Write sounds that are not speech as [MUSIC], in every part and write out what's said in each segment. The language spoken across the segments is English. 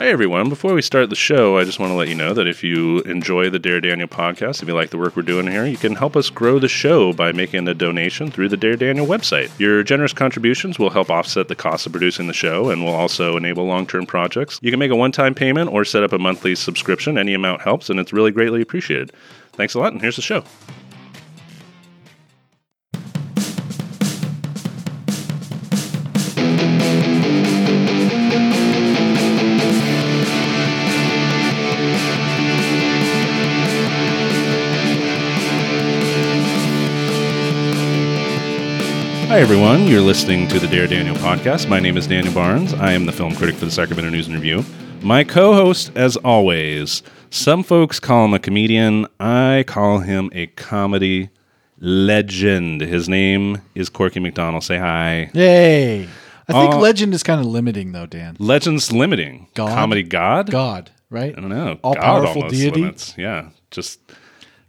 Hi, everyone. Before we start the show, I just want to let you know that if you enjoy the Dare Daniel podcast, if you like the work we're doing here, you can help us grow the show by making a donation through the Dare Daniel website. Your generous contributions will help offset the cost of producing the show and will also enable long term projects. You can make a one time payment or set up a monthly subscription. Any amount helps, and it's really greatly appreciated. Thanks a lot, and here's the show. Hi, everyone. You're listening to the Dare Daniel podcast. My name is Daniel Barnes. I am the film critic for the Sacramento News and Review. My co host, as always, some folks call him a comedian. I call him a comedy legend. His name is Corky McDonald. Say hi. Yay. I think Uh, legend is kind of limiting, though, Dan. Legends limiting. God? Comedy God? God, right? I don't know. All God powerful almost deity. limits. Yeah. Just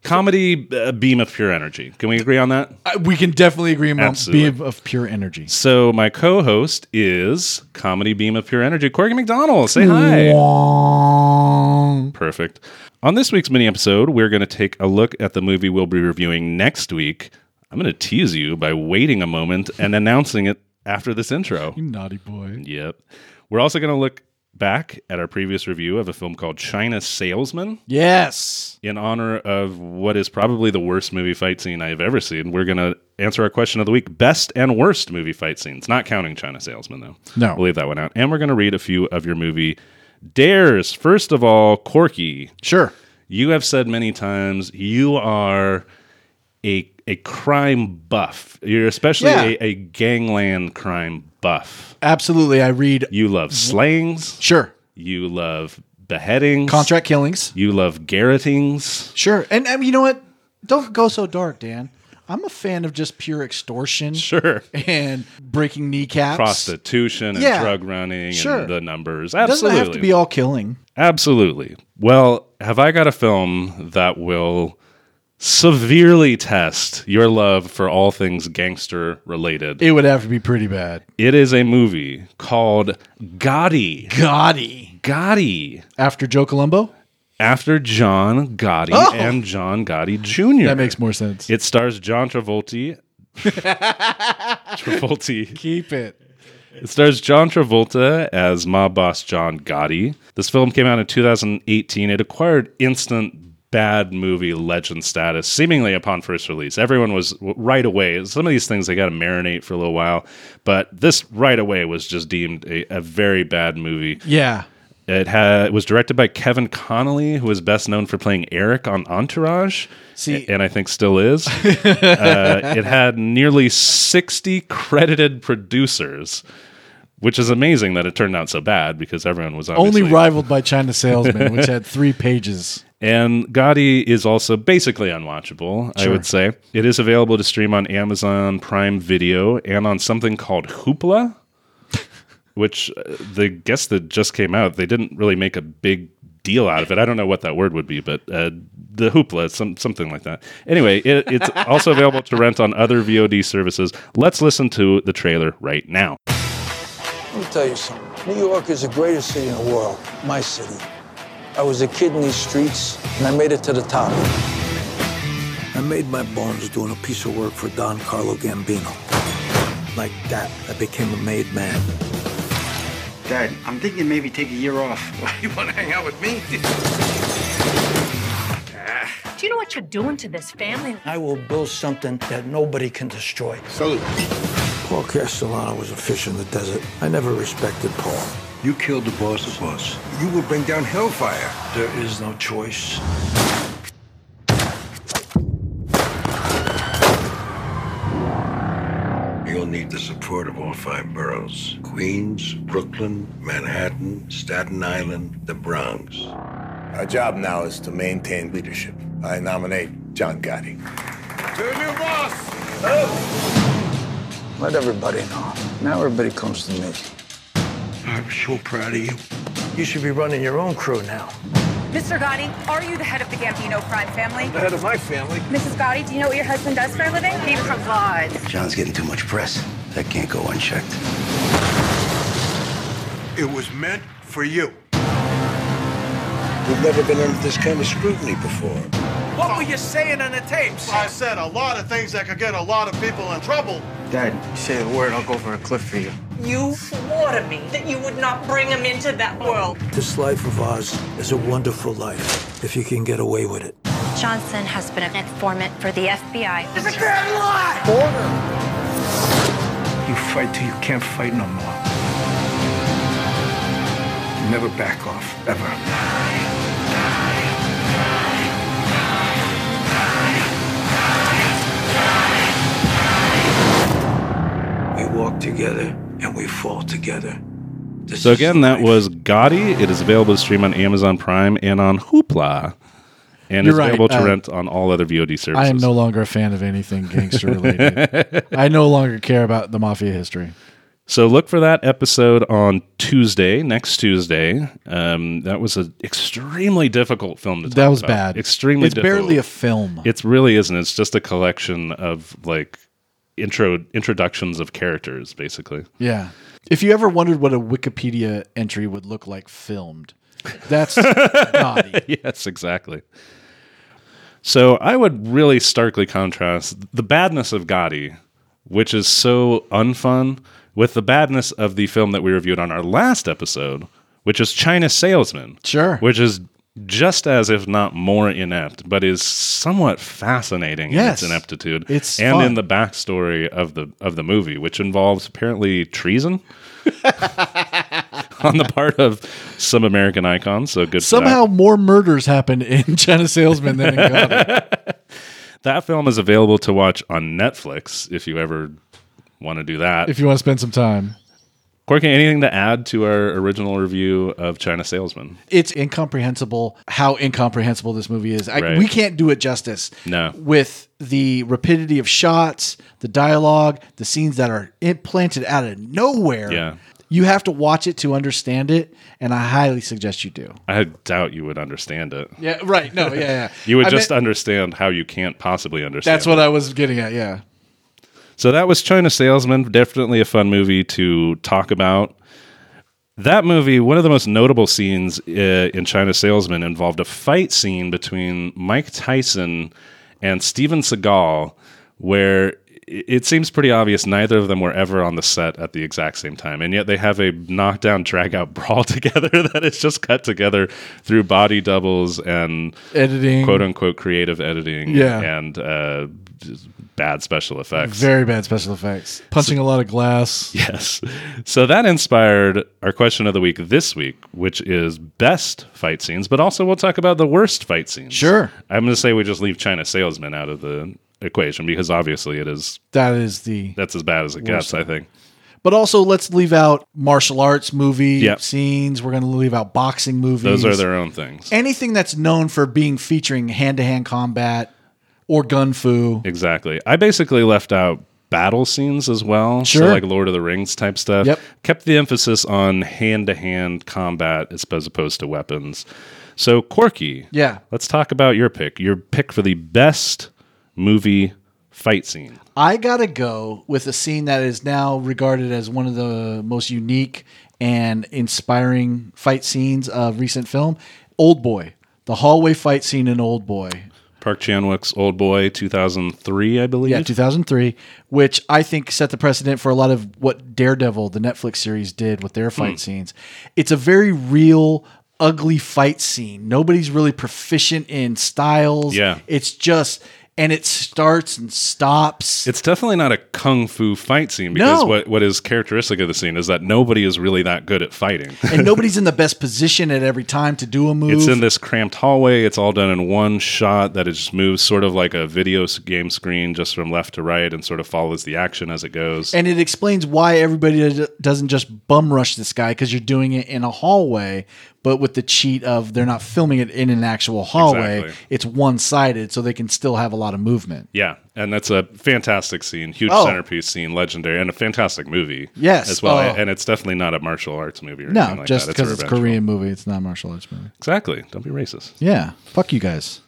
comedy, a beam of pure energy. Can we agree on that? I- we can definitely agree on Absolutely. being of pure energy. So my co-host is comedy beam of pure energy, Corky McDonald. Say hi. Wong. Perfect. On this week's mini episode, we're going to take a look at the movie we'll be reviewing next week. I'm going to tease you by waiting a moment and announcing it after this intro. You naughty boy. Yep. We're also going to look back at our previous review of a film called China Salesman Yes. in honor of what is probably the worst movie fight scene I've ever seen. We're going to answer our question of the week best and worst movie fight scenes, not counting China Salesman, though. No. We'll leave that one out. And we're going to read a few of your movie dares. First of all, Corky, Sure. you have said many times you are a, a crime buff. You're especially Yeah. a, a gangland crime buff. Absolutely. I read. You love Mm-hmm. slayings. Sure. You love beheadings. Contract killings. You love garrotings. Sure. And I mean, you know what? Don't go so dark, Dan. I'm a fan of just pure extortion Sure. and breaking kneecaps. Prostitution and Yeah. drug running Sure. and the numbers. Doesn't Absolutely. have to be all killing. Absolutely. Well, have I got a film that will severely test your love for all things gangster related? It would have to be pretty bad. it is a movie called Gotti. Gotti. Gotti. After Joe Colombo? After John Gotti Oh. and John Gotti Jr. That makes more sense. It stars John [LAUGHS] Travolta. Travolta. Keep it. It stars John Travolta as mob boss John Gotti. This film came out in 2018. It acquired instant bad movie legend status, seemingly upon first release. Everyone was w- right away. Some of these things they got to marinate for a little while, but this right away was just deemed a, a very bad movie. Yeah. It, ha- it was directed by Kevin Connolly, who is best known for playing Eric on Entourage. See- a- and I think still [LAUGHS] is. uh, it had nearly 60 credited producers, which is amazing that it turned out so bad because everyone was Only obviously rivaled by China Salesman, which [LAUGHS] had three pages. And Gotti is also basically unwatchable, I would say. It is available to stream on Amazon Prime Video and on something called Hoopla, which uh, the guess that just came out, they didn't really make a big deal out of it. I don't know what that word would be, but uh, the Hoopla, some, something like that. Anyway, it, it's also available to rent on other VOD services. Let's listen to the trailer right now. Let me tell you something. New York is the greatest city in the world, my city. I was a kid in these streets, and I made it to the top. I made my bones doing a piece of work for Don Carlo Gambino. Like that, I became a made man. Dad, I'm thinking maybe take a year [LAUGHS] off. You want to hang out with me? Do you know what you're doing to this family? I will build something that nobody can destroy. Salute. Paul Castellano was a fish in the desert. I never respected Paul. You killed the boss's boss. You will bring down hellfire. There is no choice. You'll need the support of all five boroughs Queens, Brooklyn, Manhattan, Staten Island, the Bronx. Our job now is to maintain leadership. I nominate John Gotti. Let everybody know. Now everybody comes to me. I'm so proud of you. You should be running your own crew now. Mr. Gotti, are you the head of the Gambino crime family? The head of my family. Mrs. Gotti, do you know what your husband does for a living? He provides. John's getting too much press. That can't go unchecked. It was meant for you. We've never been under this kind of scrutiny before. What were you saying on the tapes? I said a lot of things that could get a lot of people in trouble. Dad, you say the word, I'll go over a cliff for you. You swore to me that you would not bring him into that world. This life of ours is a wonderful life if you can get away with it. Johnson has been an informant for the FBI. It's a damn lie! Order! You fight till you can't fight no more. You never back off, ever. walk together and we fall together. This so again, that was Gotti. It is available to stream on Amazon Prime and on Hoopla, and You're it's right. available to Uh, rent on all other VOD services. I am no longer a fan of anything gangster related. I no longer care about the mafia history. So look for that episode on Tuesday, next Tuesday. Um, that was an extremely difficult film to. Talk That was about. bad. Extremely. It's barely a difficult. film. It really isn't. It's just a collection of like intro introductions of characters, basically. Yeah. If you ever wondered what a Wikipedia entry would look like filmed, [LAUGHS] that's Gotti. yes, exactly. So I would really starkly contrast the badness of Gotti, which is so unfun, with the badness of the film that we reviewed on our last episode, which is China Salesman. Sure. Which is just as if not more inept, but is somewhat fascinating Yes. in its ineptitude. It's and fun. in the backstory of the of the movie, which involves apparently [LAUGHS] treason [LAUGHS] on the part of some American icons. So good. for that. Somehow more murders happen in China Salesman than in Gotti. That film is available to watch on Netflix if you ever want to do that. if you want to spend some time. Corky, anything to add to our original review of China Salesman? It's incomprehensible how incomprehensible this movie is. I, Right. We can't do it justice. No. With the rapidity of shots, the dialogue, the scenes that are implanted out of nowhere. Yeah. You have to watch it to understand it, and I highly suggest you do. I doubt you would understand it. Yeah, right. No, yeah, yeah. [LAUGHS] You would I just meant- understand how you can't possibly understand. That's what I was getting at, yeah. So that was China Salesman. Definitely a fun movie to talk about. That movie, one of the most notable scenes uh, in China Salesman involved a fight scene between Mike Tyson and Steven Seagal, where i- it seems pretty obvious neither of them were ever on the set at the exact same time. And yet they have a knockdown, drag out [LAUGHS] brawl together that is just cut together through body doubles and Editing. quote unquote creative editing Yeah. and uh, just bad special effects. Very bad special effects. Punching a lot of glass. Yes. So that inspired our question of the week this week, which is best fight scenes, but also we'll talk about the worst fight scenes. Sure. I'm going to say we just leave China Salesman out of the equation because obviously it is That is the. that's as bad as it gets, I think. But also, let's leave out martial arts movie Yep. scenes. We're going to leave out boxing movies. Those are their own things. Anything that's known for being featuring hand to hand combat or gun fu. Exactly. I basically left out battle scenes as well. So Sure. like Lord of the Rings type stuff. Yep. Kept the emphasis on hand to hand combat as as opposed to weapons. So Corky. Yeah. Let's talk about your pick. Your pick for the best movie fight scene. I got to go with a scene that is now regarded as one of the most unique and inspiring fight scenes of recent film Old Boy. The hallway fight scene in Old Boy. Park Chan Wook's Old Boy, two thousand three, I believe. Yeah, 2003, which I think set the precedent for a lot of what Daredevil, the Netflix series, did with their Hmm. fight scenes. It's a very real, ugly fight scene. Nobody's really proficient in styles. Yeah. It's just, and it starts and stops. It's definitely not a kung fu fight scene because No. what, what is characteristic of the scene is that nobody is really that good at [LAUGHS] fighting. and nobody's in the best position at every time to do a [LAUGHS] move. It's in this cramped hallway. It's all done in one shot that it just moves sort of like a video s- game screen, just from left to right, and sort of follows the action as it goes. and it explains why everybody does- doesn't just bum rush this guy because you're doing it in a hallway but with the cheat of they're not filming it in an actual hallway Exactly. it's one-sided so they can still have a lot of movement yeah, and that's a fantastic scene, huge Oh. centerpiece scene, legendary, and a fantastic movie. Yes, as well. oh. And it's definitely not a martial arts movie or no anything like just that. because a it's a revenge korean movie it's not a martial arts movie Exactly. Don't be racist. yeah fuck you guys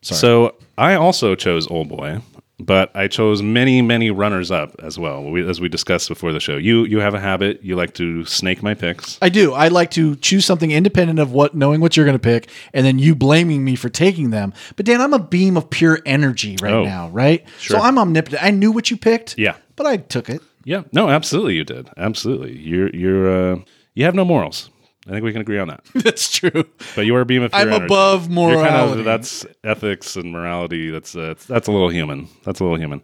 Sorry. So I also chose Old Boy. But I chose many, many runners up as well, we, as we discussed before the show. You you have a habit; you like to snake my picks. I do. I like to choose something independent of what knowing what you're going to pick, and then you blaming me for taking them. But Dan, I'm a beam of pure energy right Oh, now, right? sure. So I'm omnipotent. I knew what you picked, Yeah, but I took it. yeah. No, absolutely, you did. Absolutely, you're you're uh, you have no morals. I think we can agree on that. [LAUGHS] That's true. But you are a beam of pure I'm energy. above You're kind of- morality. that's ethics and morality. That's uh, that's a little human. That's a little human.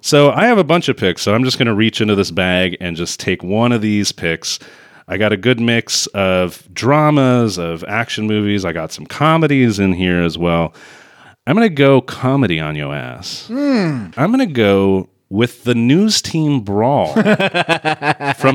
So I have a bunch of picks. So I'm just going to reach into this bag and just take one of these picks. I got a good mix of dramas, of action movies. I got some comedies in here as well. I'm going to go comedy on your ass. Hmm. I'm going to go with the news team [LAUGHS] brawl from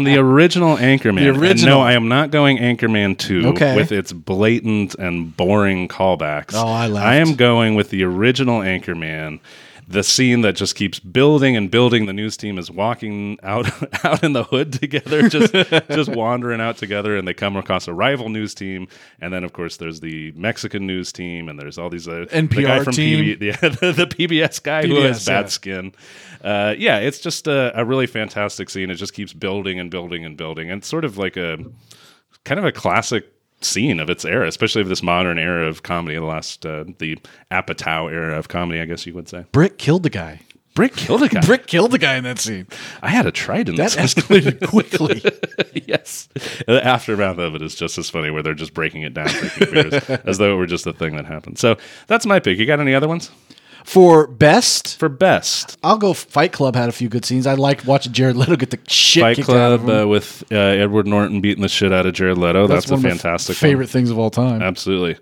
the original Anchorman. The And original. no, I am not going Anchorman 2 Okay. with its blatant and boring callbacks. Oh, I laughed. I am going with the original Anchorman. The scene that just keeps building and building. The news team is walking out [LAUGHS] out in the hood together, [LAUGHS] just just wandering out together, and they come across a rival news team. And then, of course, there's the Mexican news team, and there's all these uh, the NPR guy from team. PB, yeah, [LAUGHS] the, the PBS guy who has PBS, bad yeah. skin. Uh, yeah, it's just a, a really fantastic scene. It just keeps building and building and building, and it's sort of like a kind of a classic scene of its era, especially of this modern era of comedy, the last uh, the Apatow era of comedy, I guess you would say. Brick killed the guy. Brick killed a guy. Brick killed the guy in that scene. I had a trident. [LAUGHS] That [LAUGHS] escalated quickly. yes. The aftermath of it is just as funny, where they're just breaking it down breaking beers, as though it were just a thing that happened. So that's my pick. You got any other ones For best, for best? I'll go. Fight Club had a few good scenes. I liked watching Jared Leto get the shit Fight kicked out of Club him. uh, with uh, Edward Norton beating the shit out of Jared Leto. That's, one a of my fantastic one. favorite things of all time. Absolutely.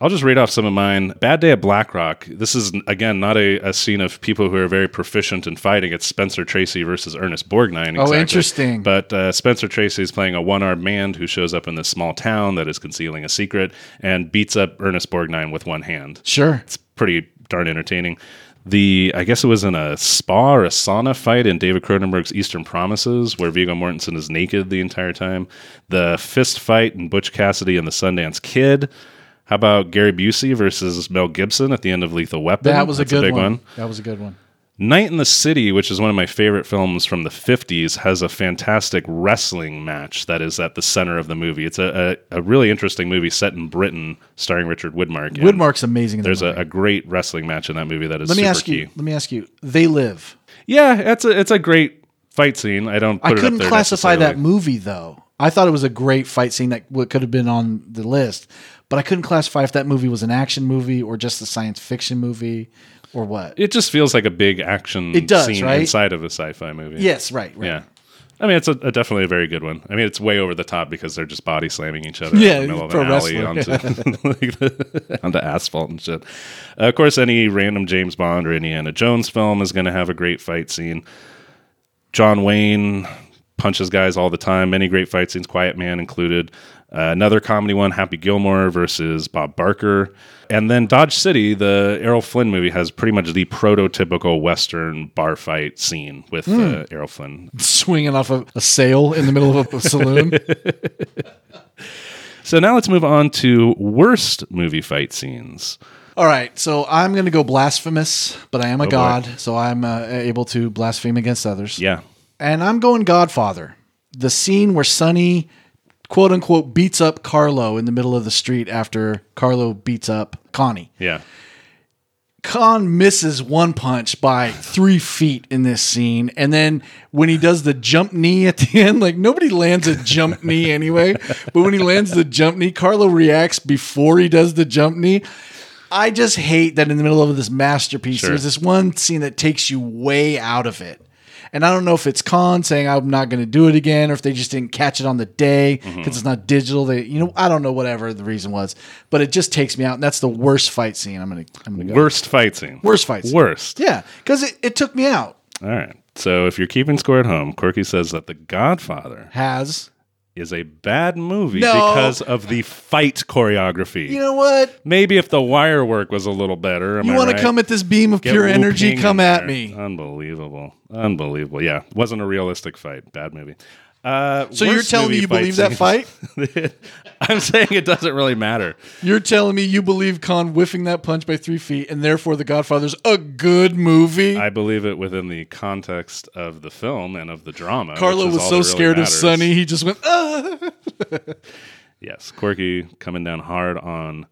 I'll just read off some of mine. Bad Day at Black Rock. This is, again, not a, a scene of people who are very proficient in fighting. It's Spencer Tracy versus Ernest Borgnine. Oh, interesting. But uh, Spencer Tracy is playing a one armed man who shows up in this small town that is concealing a secret and beats up Ernest Borgnine with one hand Sure. it's pretty darn entertaining. The I guess it was in a spa or a sauna fight in David Cronenberg's Eastern Promises, where Viggo Mortensen is naked the entire time. The fist fight in Butch Cassidy and the Sundance Kid. How about Gary Busey versus Mel Gibson at the end of Lethal Weapon? That was a That's good one. That was a good one. Night in the City, which is one of my favorite films from the 50s, has a fantastic wrestling match that is at the center of the movie. It's a, a, a really interesting movie set in Britain starring Richard Widmark. and Woodmark's amazing. In that There's a, movie. a great wrestling match in that movie that is Let me super ask key. you. Let me ask you. They live. Yeah, it's a it's a great fight scene. I don't. Put I it up couldn't there classify that necessarily. movie though. I thought it was a great fight scene that w- could have been on the list, but I couldn't classify if that movie was an action movie or just a science fiction movie or what. It just feels like a big action It does, scene right? inside of a sci-fi movie. Yes, right, right. Yeah. I mean, it's a, a definitely a very good one. I mean, it's way over the top because they're just body slamming each other Yeah, in the middle of pro an alley wrestler. onto, [LAUGHS] like the, [LAUGHS] onto asphalt and shit. Uh, of course, any random James Bond or Indiana Jones film is going to have a great fight scene. John Wayne punches guys all the time. Many great fight scenes, Quiet Man included. Uh, another comedy one, Happy Gilmore versus Bob Barker. And then Dodge City, the Errol Flynn movie, has pretty much the prototypical Western bar fight scene with Hmm. uh, Errol Flynn. Swinging off of a sail in the middle of [LAUGHS] a saloon. So now let's move on to worst movie fight scenes. All right, so I'm going to go blasphemous, but I am a Oh, boy. god, so I'm uh, able to blaspheme against others. Yeah. And I'm going Godfather. The scene where Sonny, quote unquote, beats up Carlo in the middle of the street after Carlo beats up Connie. Yeah. Khan misses one punch by three feet in this scene. And then when he does the jump knee at the [LAUGHS] end, like nobody lands a jump knee anyway. But when he lands the jump knee, Carlo reacts before he does the jump knee. I just hate that in the middle of this masterpiece, Sure. there's this one scene that takes you way out of it. And I don't know if it's Khan saying I'm not going to do it again, or if they just didn't catch it on the day because it's not digital. They, you know, I don't know whatever the reason was, but it just takes me out. And that's the worst fight scene. I'm gonna, I'm gonna go. Worst fight scene. Worst fight scene. Worst. Yeah, because it, it took me out. All right. So if you're keeping score at home, Quirky says that The Godfather Has is a bad movie No. because of the fight choreography. you know what? Maybe if the wire work was a little better. am You I want right? to come at this beam of Get pure Wu energy? Ping Come in at there. me. Unbelievable. Unbelievable. Yeah. Wasn't a realistic fight. Bad movie. Uh, So you're worst telling movie me you believe fight that scenes. [LAUGHS] I'm saying it doesn't really matter. You're telling me you believe Khan whiffing that punch by three feet, and therefore The Godfather's a good [LAUGHS] movie? I believe it within the context of the film and of the drama. Carlo which is was all so that really scared matters. of Sonny, he just went, ah. Yes, Quirky coming down hard on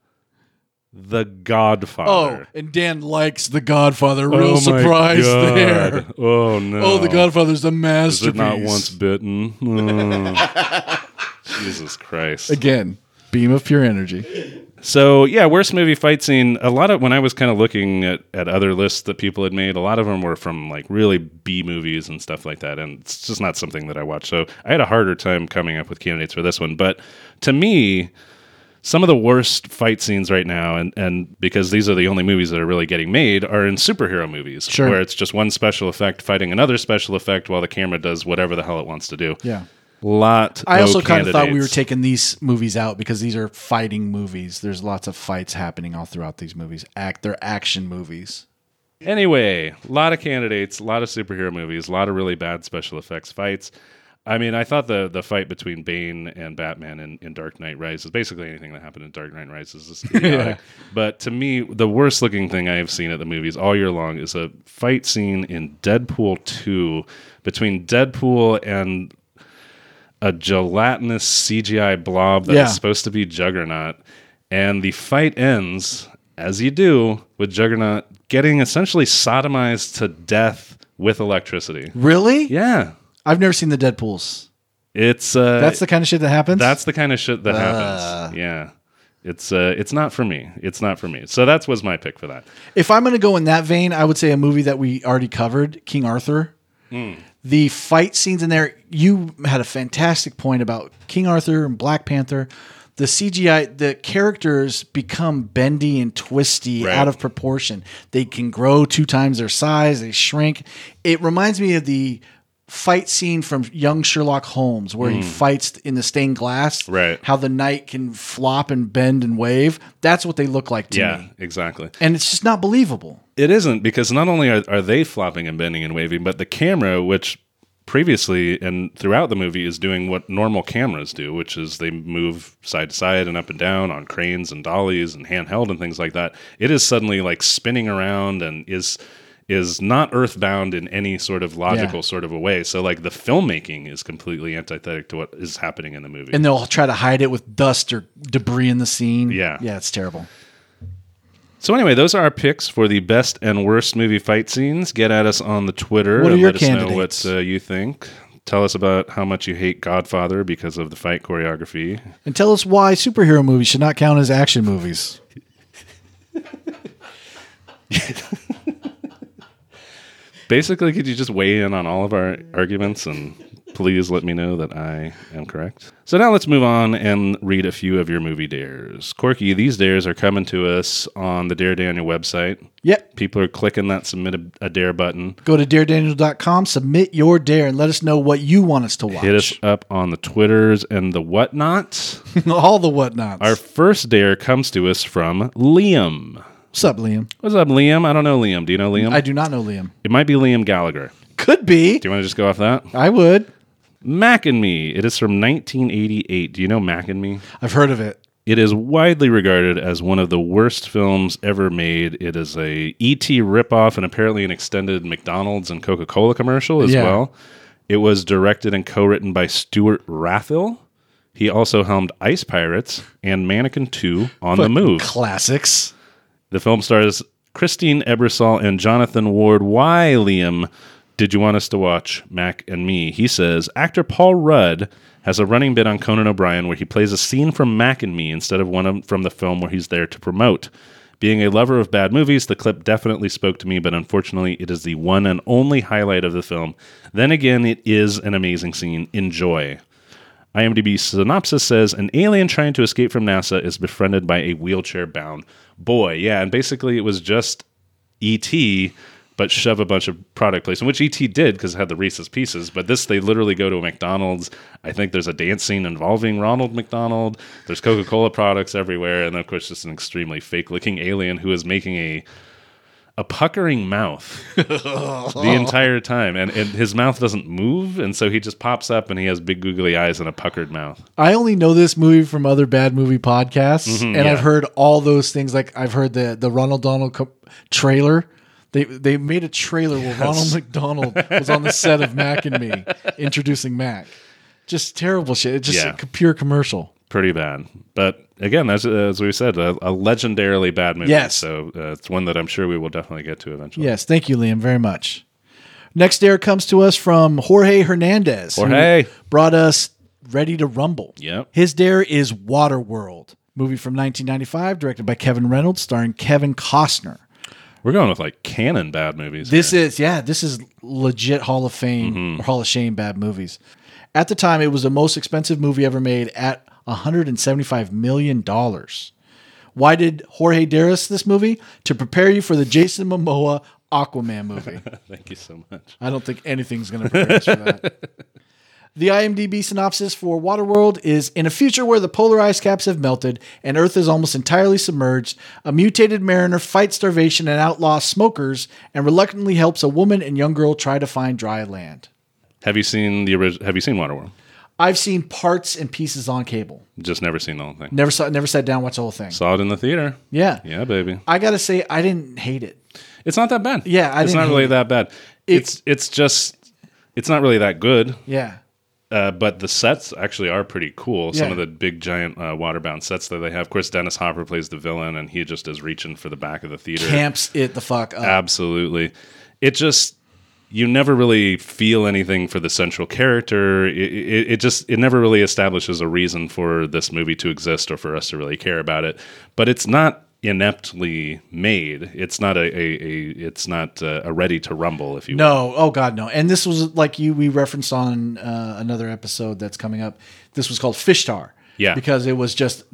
The Oh, Godfather. and Dan likes The Godfather. Oh, Real Oh my surprise God. there. Oh no! Oh, The Godfather's the Is it masterpiece. not once bitten? [LAUGHS] Oh. Jesus Christ! Again, beam of pure energy. So yeah, worst movie fight scene. A lot of when I was kind of looking at, at other lists that people had made, a lot of them were from like really B movies and stuff like that, and it's just not something that I watch. So I had a harder time coming up with candidates for this one. But to me, some of the worst fight scenes right now, and and because these are the only movies that are really getting made, are in superhero movies, Sure. where it's just one special effect fighting another special effect while the camera does whatever the hell it wants to do. Yeah. lot. I also kind of thought we were taking these movies out because these are fighting movies. There's lots of fights happening all throughout these movies. Act they're action movies. Anyway, a lot of candidates, a lot of superhero movies, a lot of really bad special effects fights. I mean, I thought the the fight between Bane and Batman in, in Dark Knight Rises, basically anything that happened in Dark Knight Rises is idiotic. But to me, the worst looking thing I have seen at the movies all year long is a fight scene in Deadpool 2 between Deadpool and a gelatinous CGI blob that is Yeah. supposed to be Juggernaut. And the fight ends, as you do, with Juggernaut getting essentially sodomized to death with electricity. Really? Yeah. I've never seen the Deadpools. It's uh, That's the kind of shit that happens. that's the kind of shit that Uh. happens. Yeah. It's uh, it's not for me. It's not for me. So that was my pick for that. if I'm going to go in that vein, I would say a movie that we already covered, King Arthur. Hmm. The fight scenes in there, you had a fantastic point about King Arthur and Black Panther. The CGI, the characters become bendy and twisty Right. out of proportion. They can grow two times their size, they shrink. It reminds me of the fight scene from young Sherlock Holmes where he Mm. fights in the stained glass. Right. How the knight can flop and bend and wave. That's what they look like to yeah, me. exactly. And it's just not believable. It isn't because not only are, are they flopping and bending and waving, but the camera, which previously and throughout the movie is doing what normal cameras do, which is they move side to side and up and down on cranes and dollies and handheld and things like that. It is suddenly like spinning around and is is not earthbound in any sort of logical sort of a way. So like the filmmaking is completely antithetic to what is happening in the movie. And they'll try to hide it with dust or debris in the scene. Yeah. Yeah, it's terrible. So anyway, those are our picks for the best and worst movie fight scenes. Get at us on the Twitter. What are and your let candidates? us know what uh, you think. Tell us about how much you hate Godfather because of the fight choreography. And tell us why superhero movies should not count as action movies. Basically, could you just weigh in on all of our arguments and please let me know that I am correct? So now let's move on and read a few of your movie dares. Corky, these dares are coming to us on the Dare Daniel website. Yep. People are clicking that submit a, a dare button. Go to daredaniel.com, submit your dare, and let us know what you want us to watch. Hit us up on the Twitters and the whatnot. [LAUGHS] All the whatnots. Our first dare comes to us from Liam. What's up, Liam? What's up, Liam? I don't know Liam. Do you know Liam? I do not know Liam. It might be Liam Gallagher. Could be. Um, Do you want to just go off that? I would. Mac and Me. It is from 1988. Do you know Mac and Me? I've heard of it. It is widely regarded as one of the worst films ever made. It is a ET ripoff and apparently an extended McDonald's and Coca Cola commercial as Yeah. well. It was directed and co-written by Stuart Rathil. He also helmed Ice Pirates and Mannequin 2 on the Fucking Move. Classics. The film stars Christine Ebersol and Jonathan Ward. Why, Liam, did you want us to watch Mac and Me? He says actor Paul Rudd has a running bit on Conan O'Brien where he plays a scene from Mac and Me instead of one of- from the film where he's there to promote. Being a lover of bad movies, the clip definitely spoke to me, but unfortunately, it is the one and only highlight of the film. Then again, it is an amazing scene. Enjoy. IMDb synopsis says an alien trying to escape from NASA is befriended by a wheelchair bound boy. Yeah, and basically it was just ET, but shove a bunch of product placement, which ET did because it had the Reese's pieces. But this, they literally go to a McDonald's. I think there's a dance scene involving Ronald McDonald. There's Coca Cola products everywhere. And of course, just an extremely fake looking alien who is making a a puckering mouth the entire time, and, and his mouth doesn't move, and so he just pops up and he has big googly eyes and a puckered mouth. I only know this movie from other bad movie podcasts, Mhm, and yeah. I've heard all those things. Like I've heard the the Ronald Donald co- trailer. They they made a trailer where Ronald McDonald was on the set of Mac and [LAUGHS] Me introducing Mac. Just terrible shit. It's just Yeah. a c- pure commercial. Pretty bad, but again, as as we said, a, a legendarily bad movie. Yes. so uh, it's one that I'm sure we will definitely get to eventually. Yes, thank you, Liam, very much. Next dare comes to us from Jorge Hernandez. who Jorge. brought us Ready to Rumble. Yep. His dare is Waterworld, movie from 1995, directed by Kevin Reynolds, starring Kevin Costner. We're going with like canon bad movies. This is yeah, this is legit Hall of Fame or Hall of Shame bad movies. At the time, it was the most expensive movie ever made at 175 million dollars. Why did Jorge dare us this movie? To prepare you for the Jason Momoa Aquaman movie. Thank you so much. I don't think anything's going to prepare us for that. [LAUGHS] The IMDb synopsis for Waterworld is In a future where the polar ice caps have melted and Earth is almost entirely submerged, a mutated mariner fights starvation and outlaws smokers and reluctantly helps a woman and young girl try to find dry land. Have you seen the original? Have you seen Waterworld? I've seen parts and pieces on cable. Just never seen the whole thing. Never saw never sat down and watched the whole thing. Saw it in the theater. Yeah. Yeah, baby. I got to say I didn't hate it. It's not that bad. Yeah, I it's didn't not hate really it. that bad. It's it's just it's not really that good. Yeah. Uh, but the sets actually are pretty cool. Some Yeah. of the big giant uh, waterbound sets that they have. Of course, Dennis Hopper plays the villain, and he just is reaching for the back of the theater. Camps it the fuck up. Absolutely. It just you never really feel anything for the central character. It, it, it just it never really establishes a reason for this movie to exist or for us to really care about it. But it's not ineptly made. It's not a, a, a it's not uh, a ready to rumble, if you will. No, oh god, no. And this was like you we referenced on uh, another episode that's coming up. This was called Fish Tar. Yeah. Because it was just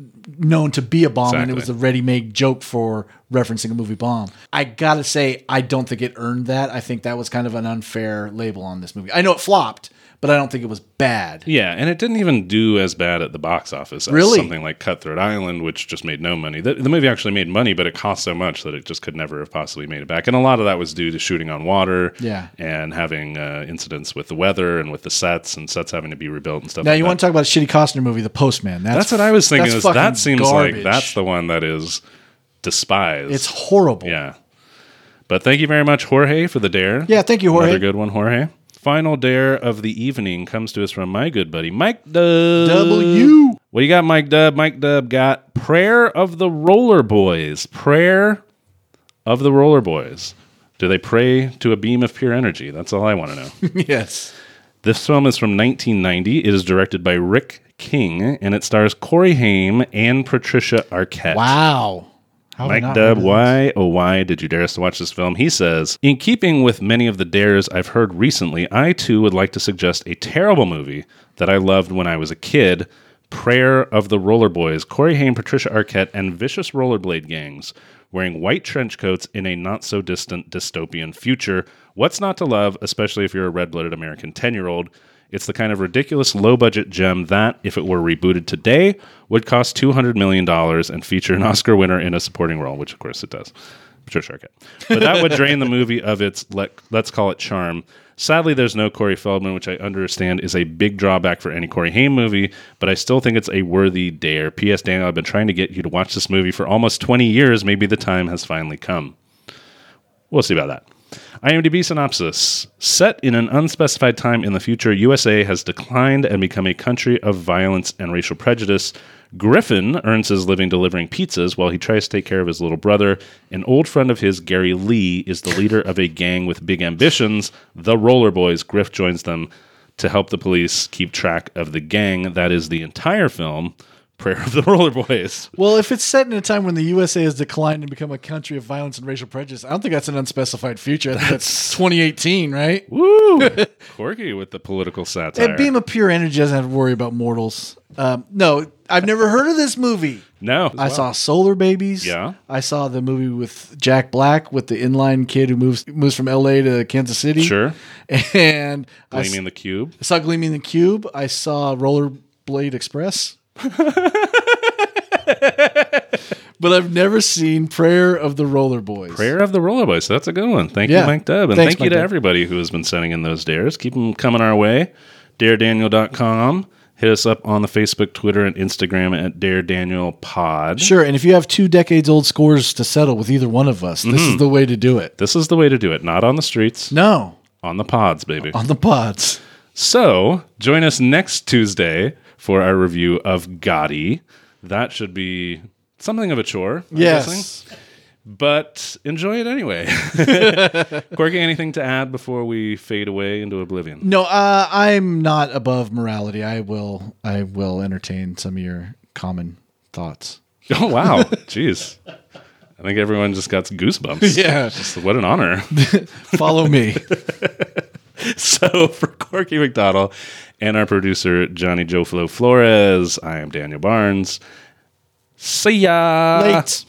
known to be a bomb and it was a Exactly. ready made joke for referencing a movie bomb. I gotta say, I don't think it earned that. I think that was kind of an unfair label on this movie. I know it flopped, but I don't think it was bad. Yeah, and it didn't even do as bad at the box office as Really? something like Cutthroat Island, which just made no money. The, the movie actually made money, but it cost so much that it just could never have possibly made it back. And a lot of that was due to shooting on water Yeah. and having uh, incidents with the weather and with the sets and sets having to be rebuilt and stuff Now like you that. want to talk about a shitty Costner movie, The Postman. That's, that's what I was thinking. that's Is fucking that seems garbage. like that's the one that is despised. it's horrible. yeah. But thank you very much, Jorge, for the dare. Yeah, thank you, Jorge. Another good one, Jorge. Final dare of the evening comes to us from my good buddy, Mike Dub. W. Well, you got Mike Dub. Mike Dub got Prayer of the Roller Boys. Prayer of the Roller Boys. Do they pray to a beam of pure energy? That's all I want to know. [LAUGHS] yes. This film is from 1990. It is directed by Rick King, and it stars Corey Haim and Patricia Arquette. Wow. How have I Mike not Dub, heard of why, oh, why did you dare us to watch this film? He says, In keeping with many of the dares I've heard recently, I too would like to suggest a terrible movie that I loved when I was a kid Prayer of the Roller Boys, Corey Haim, Patricia Arquette, and vicious rollerblade gangs wearing white trench coats in a not so distant dystopian future. What's not to love, especially if you're a red blooded American 10 year old? It's the kind of ridiculous low budget gem that, if it were rebooted today, would cost $200 million and feature an Oscar winner in a supporting role, which of course it does. Patricia Arquette. But that would drain the movie of its, let, let's call it charm. Sadly, there's no Corey Feldman, which I understand is a big drawback for any Corey Haim movie, but I still think it's a worthy dare. P.S. Daniel, I've been trying to get you to watch this movie for almost 20 years. Maybe the time has finally come. We'll see about that. IMDb synopsis Set in an unspecified time in the future, USA has declined and become a country of violence and racial prejudice. Griffin earns his living delivering pizzas while he tries to take care of his little brother. An old friend of his, Gary Lee, is the leader of a gang with big ambitions, the Roller Boys. Griff joins them to help the police keep track of the gang. That is the entire film, Prayer of the Roller Boys. Well, if it's set in a time when the USA has declined and become a country of violence and racial prejudice, I don't think that's an unspecified future. I think That's, 2018, right? Woo! Corky with the political satire. And Beam of Pure Energy doesn't have to worry about mortals. Um, no, I've never heard of this movie. no. I saw Solar Babies. Yeah. I saw the movie with Jack Black with the inline kid who moves moves from LA to Kansas City. Sure. And I s- Blaming the cube. I saw Gleaming the Cube. I saw Rollerblade Express. but I've never seen Prayer of the Roller Boys. Prayer of the Roller Boys. That's a good one. Thank Yeah. you, Mike Dub. And Thanks, thank you Mike to Dub. everybody who has been sending in those dares. Keep them coming our way. DareDaniel.com. Hit us up on the Facebook, Twitter, and Instagram at Dare Daniel Pod. Sure, and if you have two decades old scores to settle with either one of us, this Mhm. is the way to do it. This is the way to do it. Not on the streets. No. On the pods, baby. On the pods. So join us next Tuesday for our review of Gotti. That should be something of a chore. I'm Yes. guessing. But enjoy it [LAUGHS] anyway. Quirky, anything to add before we fade away into oblivion? No, uh, I'm not above morality. I will I will entertain some of your common thoughts. [LAUGHS] Oh wow, jeez! I think everyone just got goosebumps. [LAUGHS] Yeah. Just, what an honor. [LAUGHS] Follow me. so for Corky McDonald and our producer Johnny Joe Flo Flores, I am Daniel Barnes. See ya. Late.